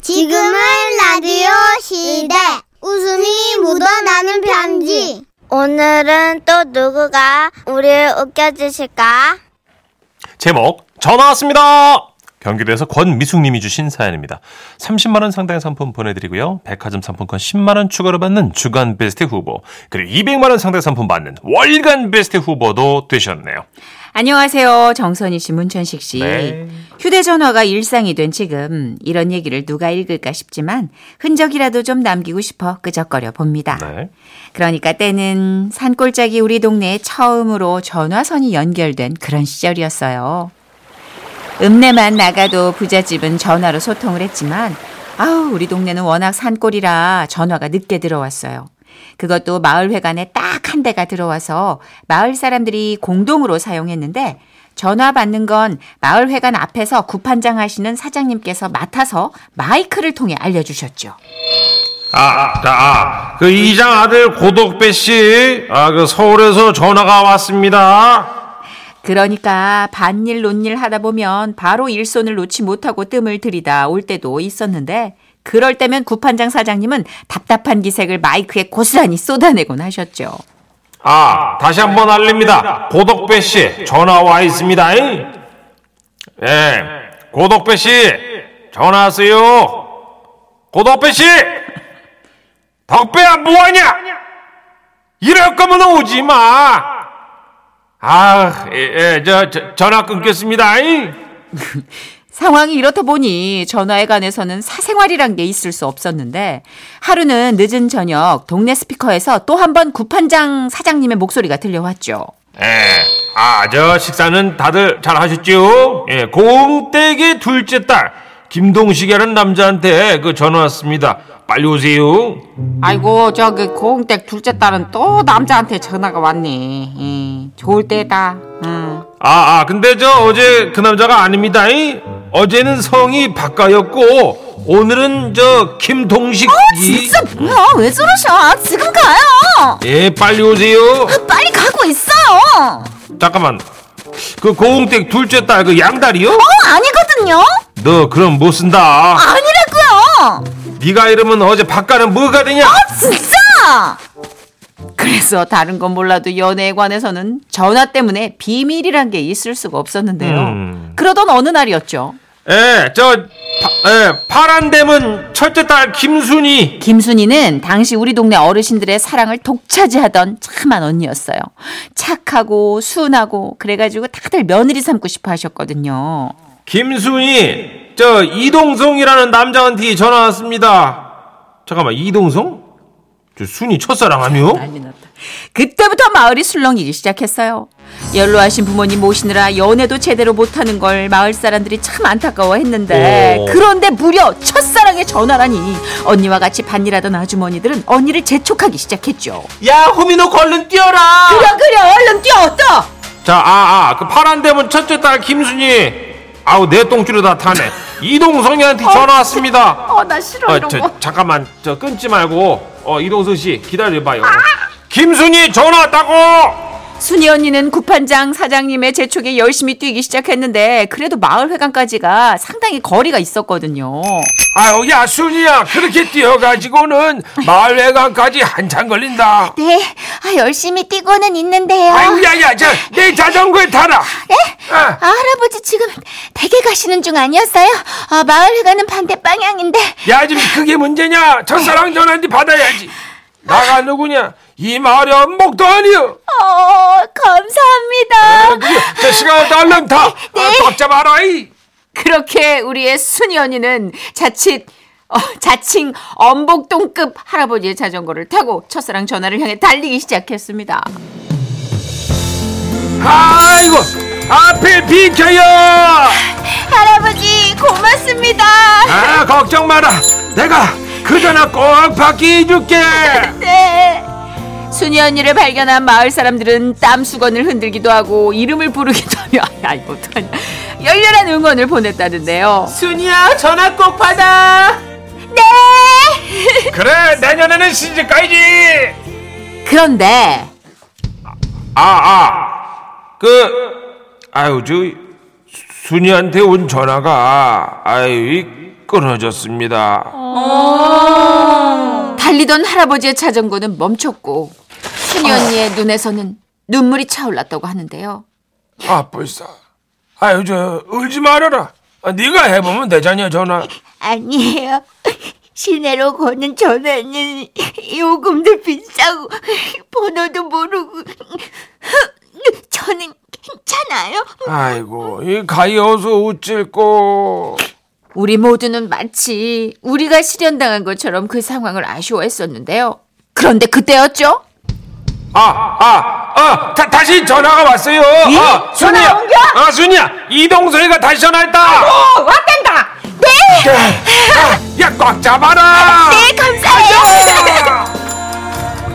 지금은 라디오 시대. 웃음이 묻어나는 편지. 오늘은 또 누구가 우리를 웃겨주실까? 제목 전화 왔습니다. 경기도에서 권미숙님이 주신 사연입니다. 30만 원 상당의 상품 보내드리고요. 백화점 상품권 10만 원 추가로 받는 주간 베스트 후보 그리고 200만 원 상당의 상품 받는 월간 베스트 후보도 되셨네요. 안녕하세요. 정선희 씨, 문천식 씨. 휴대전화가 일상이 된 지금 이런 얘기를 누가 읽을까 싶지만 흔적이라도 좀 남기고 싶어 끄적거려 봅니다. 네. 그러니까 때는 산골짜기 우리 동네에 처음으로 전화선이 연결된 그런 시절이었어요. 읍내만 나가도 부잣집은 전화로 소통을 했지만 아우 우리 동네는 워낙 산골이라 전화가 늦게 들어왔어요. 그것도 마을회관에 딱 한 대가 들어와서 마을 사람들이 공동으로 사용했는데 전화 받는 건 마을회관 앞에서 구판장 하시는 사장님께서 맡아서 마이크를 통해 알려주셨죠. 아, 자, 아, 그 이장 아들 고덕배 씨, 아, 그 서울에서 전화가 왔습니다. 그러니까 반일 논일 하다 보면 바로 일손을 놓지 못하고 뜸을 들이다 올 때도 있었는데 그럴 때면 구판장 사장님은 답답한 기색을 마이크에 고스란히 쏟아내곤 하셨죠. 아, 다시 한번 알립니다. 고덕배 씨, 전화 와 있습니다. 예, 고덕배 씨, 전화 왔어요. 고덕배 씨, 덕배야 뭐하냐? 이럴 거면 오지 마. 아, 예, 예, 저, 저 전화 끊겠습니다. 잉? 상황이 이렇다 보니 전화에 관해서는 사생활이란 게 있을 수 없었는데 하루는 늦은 저녁 동네 스피커에서 또 한 번 구판장 사장님의 목소리가 들려왔죠. 예. 아, 저 식사는 다들 잘 하셨죠? 예, 고흥댁의 둘째 딸 김동식이라는 남자한테 그 전화 왔습니다. 빨리 오세요. 아이고 저기 고흥댁 둘째 딸은 또 남자한테 전화가 왔네. 예, 좋을 때다. 응. 아, 아, 근데 저 어제 그 남자가 아닙니다. 이. 어제는 성이 박가였고 오늘은 저 김동식. 이- 어, 뭐야 왜 저러셔? 지금 가요. 예, 빨리 오세요. 빨리 가고 있어요. 잠깐만. 그 고흥댁 둘째 딸 그 양다리요? 어, 아니거든요. 너 그럼 못 쓴다. 아니라고요. 아, 네가 이러면 어제 박가는 뭐가 되냐? 진짜! 그래서 다른 건 몰라도 연애에 관해서는 전화 때문에 비밀이란 게 있을 수가 없었는데요. 음. 그러던 어느 날이었죠. 예, 저, 파, 예, 파란 댐은 첫째 딸 김순이. 김순이는 당시 우리 동네 어르신들의 사랑을 독차지하던 참한 언니였어요. 착하고 순하고 그래가지고 다들 며느리 삼고 싶어 하셨거든요. 김순이, 저, 이동성이라는 남자한테 전화 왔습니다. 잠깐만, 이동성? 저 순이 첫사랑 아니요? 그때부터 마을이 술렁이기 시작했어요. 연로하신 부모님 모시느라 연애도 제대로 못하는 걸 마을 사람들이 참 안타까워했는데 오. 그런데 무려 첫사랑의 전화라니 언니와 같이 반일하던 아주머니들은 언니를 재촉하기 시작했죠. 야, 호민호 얼른 뛰어라! 그려 그려 얼른 뛰어 떠. 자, 아, 아, 그 파란 댐은 첫째 딸 김순이. 아우, 내 똥줄에 다 타네. 이동성이한테 전화 왔습니다. 어나 싫어 어, 이런 저, 거. 잠깐만, 저 끊지 말고, 어, 이동성 씨, 기다려봐요. 김순이 전화 왔다고! 순이 언니는 구판장 사장님의 재촉에 열심히 뛰기 시작했는데 그래도 마을 회관까지가 상당히 거리가 있었거든요. 아유, 야, 순이야. 그렇게 뛰어가지고는 마을 외관까지 한참 걸린다. 네, 아, 열심히 뛰고는 있는데요. 아유, 야, 야, 저, 내 자전거에 타라. 아, 아, 할아버지 지금 댁에 가시는 중 아니었어요? 아, 마을 회관은 반대 방향인데. 야, 지금 그게 문제냐? 첫사랑 전화인데 받아야지. 나가 누구냐? 이 마을의 엄목도 아니여. 어, 감사합니다. 아, 그게 저 시간을 얼른 타. 아, 잡자 마라, 이. 그렇게 우리의 순이 언니는 자칫 어, 자칭 엄복동급 할아버지의 자전거를 타고 첫사랑 전화를 향해 달리기 시작했습니다. 아이고, 앞에 비켜요. 할아버지, 고맙습니다. 아, 걱정 마라. 내가 그 전화 꼭 받게 해줄게. 네. 순이 언니를 발견한 마을 사람들은 땀수건을 흔들기도 하고 이름을 부르기도 하며 야 이거 어떡하냐 열렬한 응원을 보냈다는데요. 순이야, 전화 꼭 받아. 네. 그래, 내년에는 시집 가야지. 그런데 아, 아. 그, 아유, 저, 순이한테 온 전화가, 아유, 이 끊어졌습니다. 달리던 할아버지의 자전거는 멈췄고 순이 아. 언니의 눈에서는 눈물이 차올랐다고 하는데요. 아 벌써 아유 저 울지 말아라 아, 네가 해보면 되잖여 전화 아니에요. 시내로 거는 전화는 요금도 비싸고 번호도 모르고 저는 괜찮아요. 아이고 이 가여서 어쩔 거 우리 모두는 마치 우리가 실현당한 것처럼 그 상황을 아쉬워했었는데요. 그런데 그때였죠? 아, 아, 아, 다, 다시 전화가 왔어요. 아, 순이야. 전화 옮겨? 아, 순이야. 이동서이가 다시 전화했다. 어, 왔단다. 네! 아, 야, 꽉 잡아라. 네 감사해요.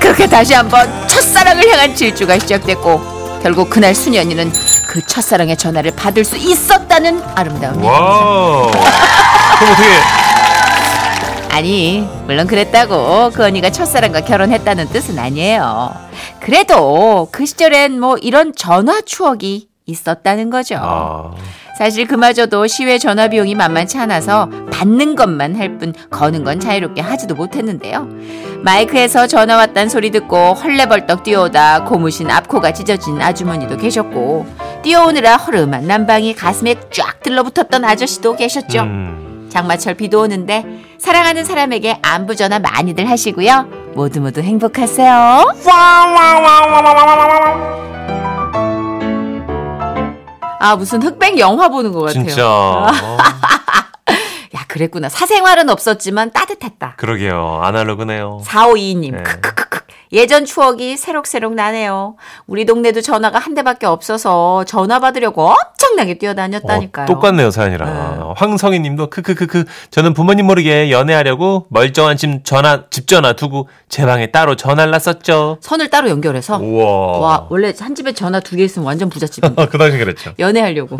그렇게 다시 한번 첫사랑을 향한 질주가 시작됐고 결국 그날 순이 언니는 그 첫사랑의 전화를 받을 수 있었다는 아름다움. 와우. 그럼 어떻게 아니 물론 그랬다고 그 언니가 첫사랑과 결혼했다는 뜻은 아니에요. 그래도 그 시절엔 뭐 이런 전화 추억이 있었다는 거죠. 아, 사실 그마저도 시외 전화 비용이 만만치 않아서 받는 것만 할 뿐 거는 건 자유롭게 하지도 못했는데요. 마이크에서 전화 왔단 소리 듣고 헐레벌떡 뛰어오다 고무신 앞코가 찢어진 아주머니도 계셨고 뛰어오느라 허름한 난방이 가슴에 쫙 들러붙었던 아저씨도 계셨죠. 음, 장마철 비도 오는데 사랑하는 사람에게 안부 전화 많이들 하시고요. 모두 모두 행복하세요. 아 무슨 흑백 영화 보는 것 같아요. 진짜 어, 야 그랬구나. 사생활은 없었지만 따뜻했다. 그러게요. 아날로그네요. 4522님. 네. 크크크크. 예전 추억이 새록새록 나네요. 우리 동네도 전화가 한 대밖에 없어서 전화 받으려고 엄청나게 뛰어다녔다니까요. 어, 똑같네요 사연이랑 황성희님도 크크크크 저는 부모님 모르게 연애하려고 멀쩡한 집 전화 집 전화 두고 제 방에 따로 전화를 놨었죠. 선을 따로 연결해서 우와. 와 원래 한 집에 전화 두 개 있으면 완전 부잣집. 어, 그 당시 그랬죠. 연애하려고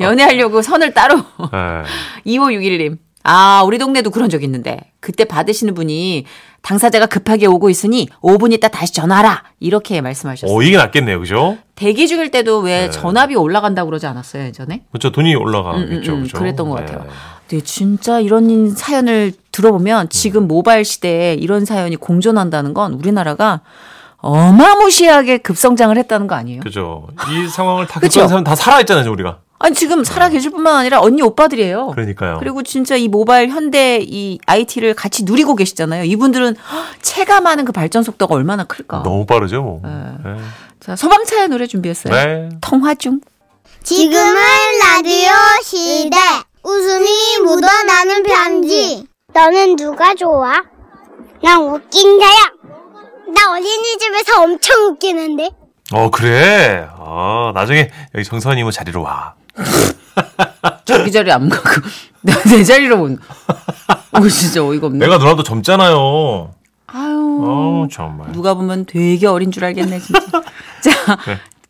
연애하려고 선을 따로 예. 2561님. 아, 우리 동네도 그런 적 있는데. 그때 받으시는 분이 당사자가 급하게 오고 있으니 5분 있다 다시 전화하라. 이렇게 말씀하셨어요. 오 네. 이게 낫겠네요, 그죠? 대기 중일 때도 왜 전화비 올라간다고 그러지 않았어요, 예전에? 그렇죠 돈이 올라가겠죠, 음, 그죠? 그랬던 것 예. 같아요. 근데 진짜 이런 사연을 음. 들어보면 지금 모바일 시대에 이런 사연이 공존한다는 건 우리나라가 어마무시하게 급성장을 했다는 거 아니에요? 그죠. 이 상황을 다 그죠? 겪은 사람 다 살아있잖아요, 우리가. 아니, 지금 살아 계실 뿐만 아니라 언니 오빠들이에요. 그러니까요. 그리고 진짜 이 모바일 현대 이 IT를 같이 누리고 계시잖아요. 이분들은 헉, 체감하는 그 발전 속도가 얼마나 클까. 너무 빠르죠, 뭐. 예. 자, 서방차의 노래 준비했어요. 네. 통화 중. 지금은 라디오 시대. 웃음이 묻어나는 편지. 너는 누가 좋아? 난 웃긴 자야. 나 어린이집에서 엄청 웃기는데. 어, 그래. 아, 나중에 여기 정선이 모 자리로 와. 자기 자리 안 가고 내 자리로 온. 오 진짜 어이가 없네. 내가 누나도 젊잖아요. 아유 어, 정말. 누가 보면 되게 어린 줄 알겠네 진짜. 자.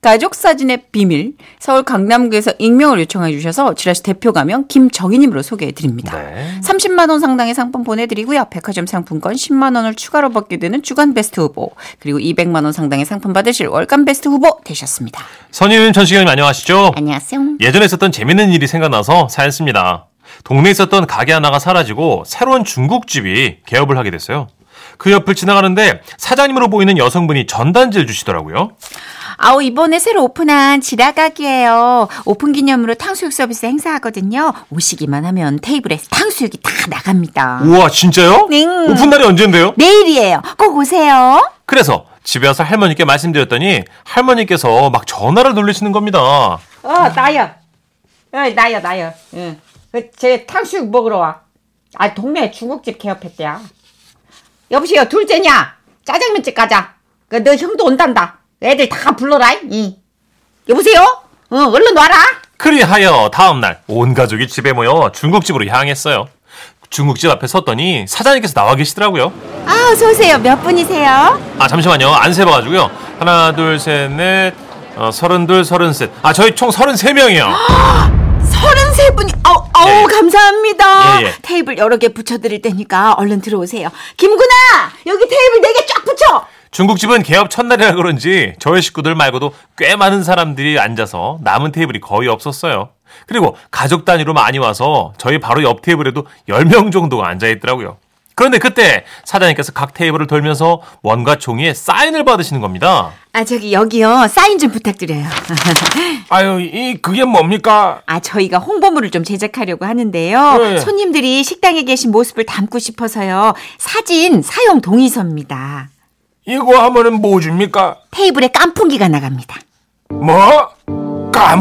가족 사진의 비밀 서울 강남구에서 익명을 요청해 주셔서 지라시 대표 가명 김정희님으로 소개해 드립니다. 네. 30만 원 상당의 상품 보내드리고요. 백화점 상품권 10만 원을 추가로 받게 되는 주간 베스트 후보 그리고 200만 원 상당의 상품 받으실 월간 베스트 후보 되셨습니다. 선희님, 전시경님 안녕하시죠? 안녕하세요. 예전에 있었던 재밌는 일이 생각나서 사연 씁니다. 동네에 있었던 가게 하나가 사라지고 새로운 중국집이 개업을 하게 됐어요. 그 옆을 지나가는데 사장님으로 보이는 여성분이 전단지를 주시더라고요. 아우 이번에 새로 오픈한 지라각이에요. 오픈 기념으로 탕수육 서비스 행사하거든요. 오시기만 하면 테이블에 탕수육이 다 나갑니다. 우와, 진짜요? 아. 응. 오픈 날이 언젠데요? 내일이에요. 꼭 오세요. 그래서 집에 와서 할머니께 말씀드렸더니 할머니께서 막 전화를 돌리시는 겁니다. 어, 나야. 어, 나야, 나야. 응. 그, 제 탕수육 먹으러 와. 아, 동네 중국집 개업했대야. 여보세요, 둘째냐? 짜장면집 가자. 그, 너 형도 온단다. 애들 다 불러라. 응. 여보세요? 응, 얼른 와라. 그리하여 다음날 온 가족이 집에 모여 중국집으로 향했어요. 중국집 앞에 섰더니 사장님께서 나와 계시더라고요. 아 어서 오세요. 몇 분이세요? 아 잠시만요 안 세봐가지고요. 하나 둘셋넷 어, 서른둘 서른셋 아 저희 총 서른세 명이요. 33분이 아우 아우 예, 예. 감사합니다. 예, 예. 테이블 여러 네 개 붙여 드릴 테니까 얼른 들어오세요. 김구나 여기 테이블 4개 쫙 붙여. 중국집은 개업 첫날이라 그런지 저희 식구들 말고도 꽤 많은 사람들이 앉아서 남은 테이블이 거의 없었어요. 그리고 가족 단위로 많이 와서 저희 바로 옆 테이블에도 10명 정도가 앉아 있더라고요. 그런데 그때 사장님께서 각 테이블을 돌면서 원과 종이에 사인을 받으시는 겁니다. 아, 저기 여기요. 사인 좀 부탁드려요. 아유, 이 그게 뭡니까? 아, 저희가 홍보물을 좀 제작하려고 하는데요. 네. 손님들이 식당에 계신 모습을 담고 싶어서요. 사진 사용 동의서입니다. 이거 하면은 뭐 줍니까? 테이블에 깐풍기가 나갑니다. 뭐?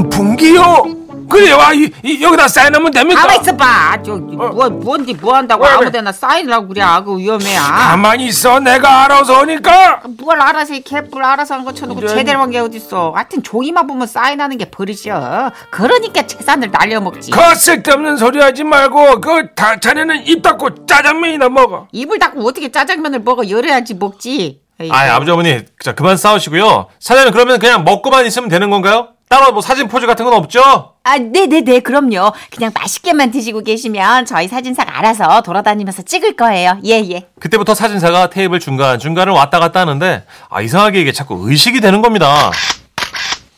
깐풍기요? 그래요, 아, 이, 이- 여기다 사인하면 됩니까? 가만 있어봐. 아, 저, 뭐, 뭔지 뭐 한다고 왜, 왜? 아무데나 사인하고 그래. 그 위험해. 아. 가만히 있어, 내가 알아서 하니까. 뭘 알아서 이 개뿔 알아서 하는 거 쳐놓고 제대로 한 게 어딨어. 하여튼 종이만 보면 사인하는 게 버릇이야. 그러니까 재산을 날려먹지. 그 쓸데없는 소리 하지 말고, 그, 다, 자네는 입 닫고 짜장면이나 먹어. 입을 닫고 어떻게 짜장면을 먹어 열어야지 먹지. 에이, 아, 아버지 어머니, 자, 그만 싸우시고요. 사장님 그러면 그냥 먹고만 있으면 되는 건가요? 따로 뭐 사진 포즈 같은 건 없죠? 아, 네네네, 그럼요. 그냥 맛있게만 드시고 계시면 저희 사진사가 알아서 돌아다니면서 찍을 거예요. 예, 예. 그때부터 사진사가 테이블 중간 중간을 왔다 갔다 하는데 아 이상하게 이게 자꾸 의식이 되는 겁니다.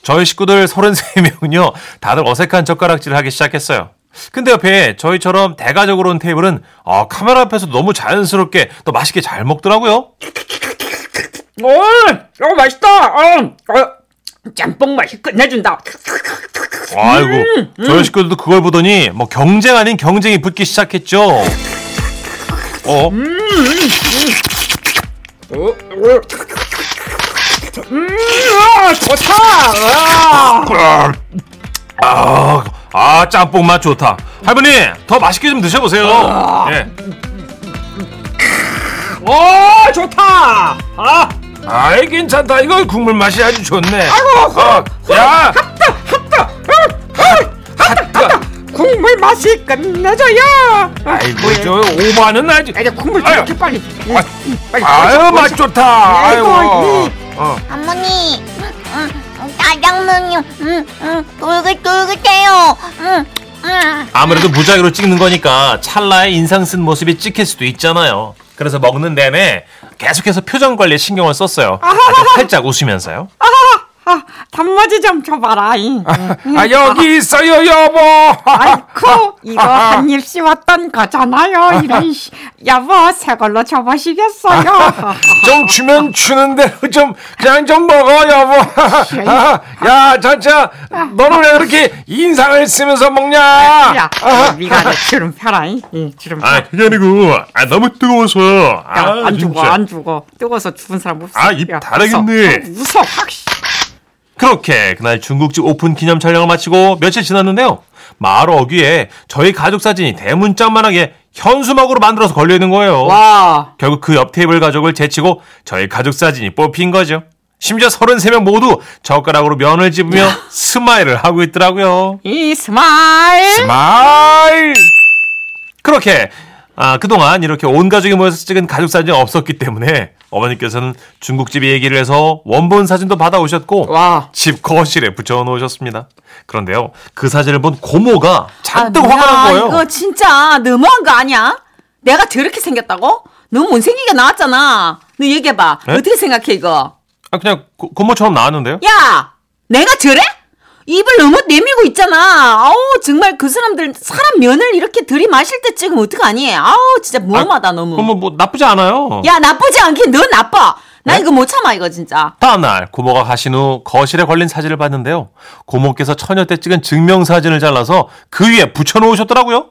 저희 식구들 33명은요 다들 어색한 젓가락질을 하기 시작했어요. 근데 옆에 저희처럼 대가족으로 온 테이블은 아, 카메라 앞에서 너무 자연스럽게 또 맛있게 잘 먹더라고요. 어, 어 맛있다. 어, 어, 짬뽕 맛이 끝내준다. 어? 아이고 음, 저희 식구들도 그걸 보더니 뭐 경쟁 아닌 경쟁이 붙기 시작했죠. 어? 음. 음, 어, 아, 아 짬뽕 맛 좋다. 할머니 더 맛있게 좀 드셔보세요. 아. 예. 어, 오, 좋다! 아! 아이, 괜찮다. 이거 국물 맛이 아주 좋네. 아이고, 어, 야! 어, 국물 맛이 끝내줘요. 아이고, 뭐, 저, 오바는 아직. 이제 국물 아유. 저렇게 빨리. 예, 아, 아유, 맛 좋다. 아이고. 아이고, 어. 어머니, 음, 짜장면이 음, 음, 쫄깃쫄깃해요. 음, 음. 아무래도 무작위로 찍는 거니까 찰나의 인상 쓴 모습이 찍힐 수도 있잖아요. 그래서 먹는 내내 계속해서 표정 관리에 신경을 썼어요. 아주 활짝 웃으면서요. 아, 단무지 좀 줘봐라. 잉. 아, 여기 있어요, 여보. 아이쿠 이거 한 입 씹었던 거잖아요. 이런 씨. 여보 새 걸로 줘보시겠어요? 좀 주면 주는데 좀 그냥 좀 먹어 여보. 예, 아, 야 자자 너는 왜 그렇게 인상을 쓰면서 먹냐? 아. 야, 네가 내 주름 펴라. 잉. 응, 주름 펴. 그게 아, 아니고 아, 너무 뜨거워서 야, 안 죽어, 안 죽어. 뜨거워서 죽은 사람 없어. 아, 입 야, 다르겠네. 웃어, 웃어, 확. 아, 씨. 그렇게 그날 중국집 오픈 기념 촬영을 마치고 며칠 지났는데요. 마을 어귀에 저희 가족 사진이 대문짝만하게 현수막으로 만들어서 걸려 있는 거예요. 아. 와, 결국 그 옆 테이블 가족을 제치고 저희 가족 사진이 뽑힌 거죠. 심지어 33명 모두 젓가락으로 면을 집으며 스마일을 하고 있더라고요. 이 스마일. 마이 그렇게 아, 그동안 이렇게 온 가족이 모여서 찍은 가족 사진이 없었기 때문에 어머니께서는 중국집 얘기를 해서 원본 사진도 받아오셨고 와. 집 거실에 붙여놓으셨습니다. 그런데요, 그 사진을 본 고모가 잔뜩 아, 뭐야, 아, 화가 난 거예요. 이거 진짜 너무한 거 아니야? 내가 저렇게 생겼다고? 너무 못생기게 나왔잖아. 너 얘기해봐. 네? 어떻게 생각해, 이거? 아, 그냥 고, 고모처럼 나왔는데요. 야! 내가 저래? 입을 너무 내밀고 있잖아. 아우, 정말 그 사람들, 사람 면을 이렇게 들이마실 때 지금 어떡하니? 아우, 진짜 무엄하다, 너무. 고모 뭐 나쁘지 않아요. 야, 나쁘지 않긴 너 나빠. 나 네? 이거 못 참아, 이거 진짜. 다음 날 고모가 가신 후 거실에 걸린 사진을 봤는데요. 고모께서 처녀 때 찍은 증명 사진을 잘라서 그 위에 붙여놓으셨더라고요.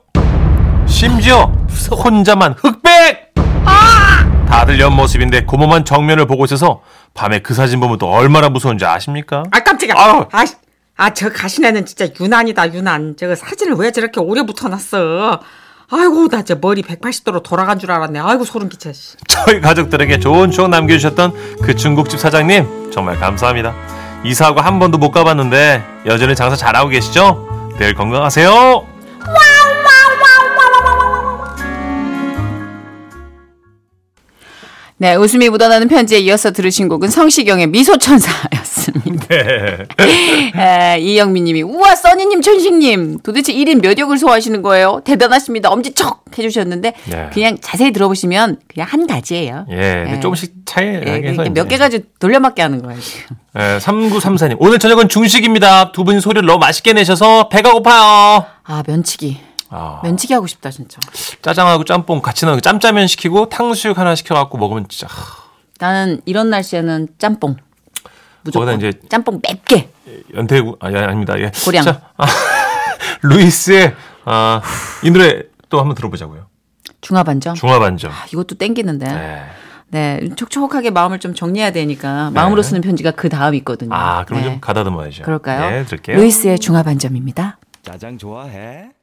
심지어 혼자만 흑백. 아! 다들 옆 모습인데 고모만 정면을 보고 있어서 밤에 그 사진 보면 또 얼마나 무서운지 아십니까? 아 깜짝이야. 아우. 아, 씨. 아, 저 가시네는 진짜 유난이다, 유난. 저거 사진을 왜 저렇게 오래 붙여놨어? 아이고, 나 저 머리 180도로 돌아간 줄 알았네. 아이고, 소름 끼쳐. 씨. 저희 가족들에게 좋은 추억 남겨주셨던 그 중국집 사장님 정말 감사합니다. 이사하고 한 번도 못 가봤는데 여전히 장사 잘하고 계시죠? 늘 건강하세요. 네, 웃음이 묻어나는 편지에 이어서 들으신 곡은 성시경의 미소천사였습니다. 아, 이영민 님이, 우와, 써니님, 천식님, 도대체 1인 몇 역을 소화하시는 거예요? 대단하십니다. 엄지척 해주셨는데, 네. 그냥 자세히 들어보시면 그냥 한 가지예요. 예, 근데 예. 조금씩 차이 예, 나게 해서 이렇게 몇 이제. 개 가지고 돌려막기 하는 거예요, 지금. 예, 3934님. 오늘 저녁은 중식입니다. 두 분이 소리를 너무 맛있게 내셔서 배가 고파요. 아, 면치기. 아, 면치기 하고 싶다, 진짜. 짜장하고 짬뽕 같이 넣은 짬짜면 시키고 탕수육 하나 시켜갖고 먹으면 진짜. 하, 나는 이런 날씨에는 짬뽕. 무조건 거기다 이제- 짬뽕 맵게. 연태구, 아, 예, 아닙니다. 예. 고량. 자, 아, 루이스의, 아, 이 노래 또 한번 들어보자고요. 중화반점. 중화반점. 아, 이것도 땡기는데. 예. 네, 촉촉하게 마음을 좀 정리해야 되니까 마음으로 쓰는 편지가 그 다음 있거든요. 네. 아, 그럼 네. 좀 가다듬어야죠. 그럴까요? 네, 들을게요. 루이스의 중화반점입니다. 짜장 좋아해?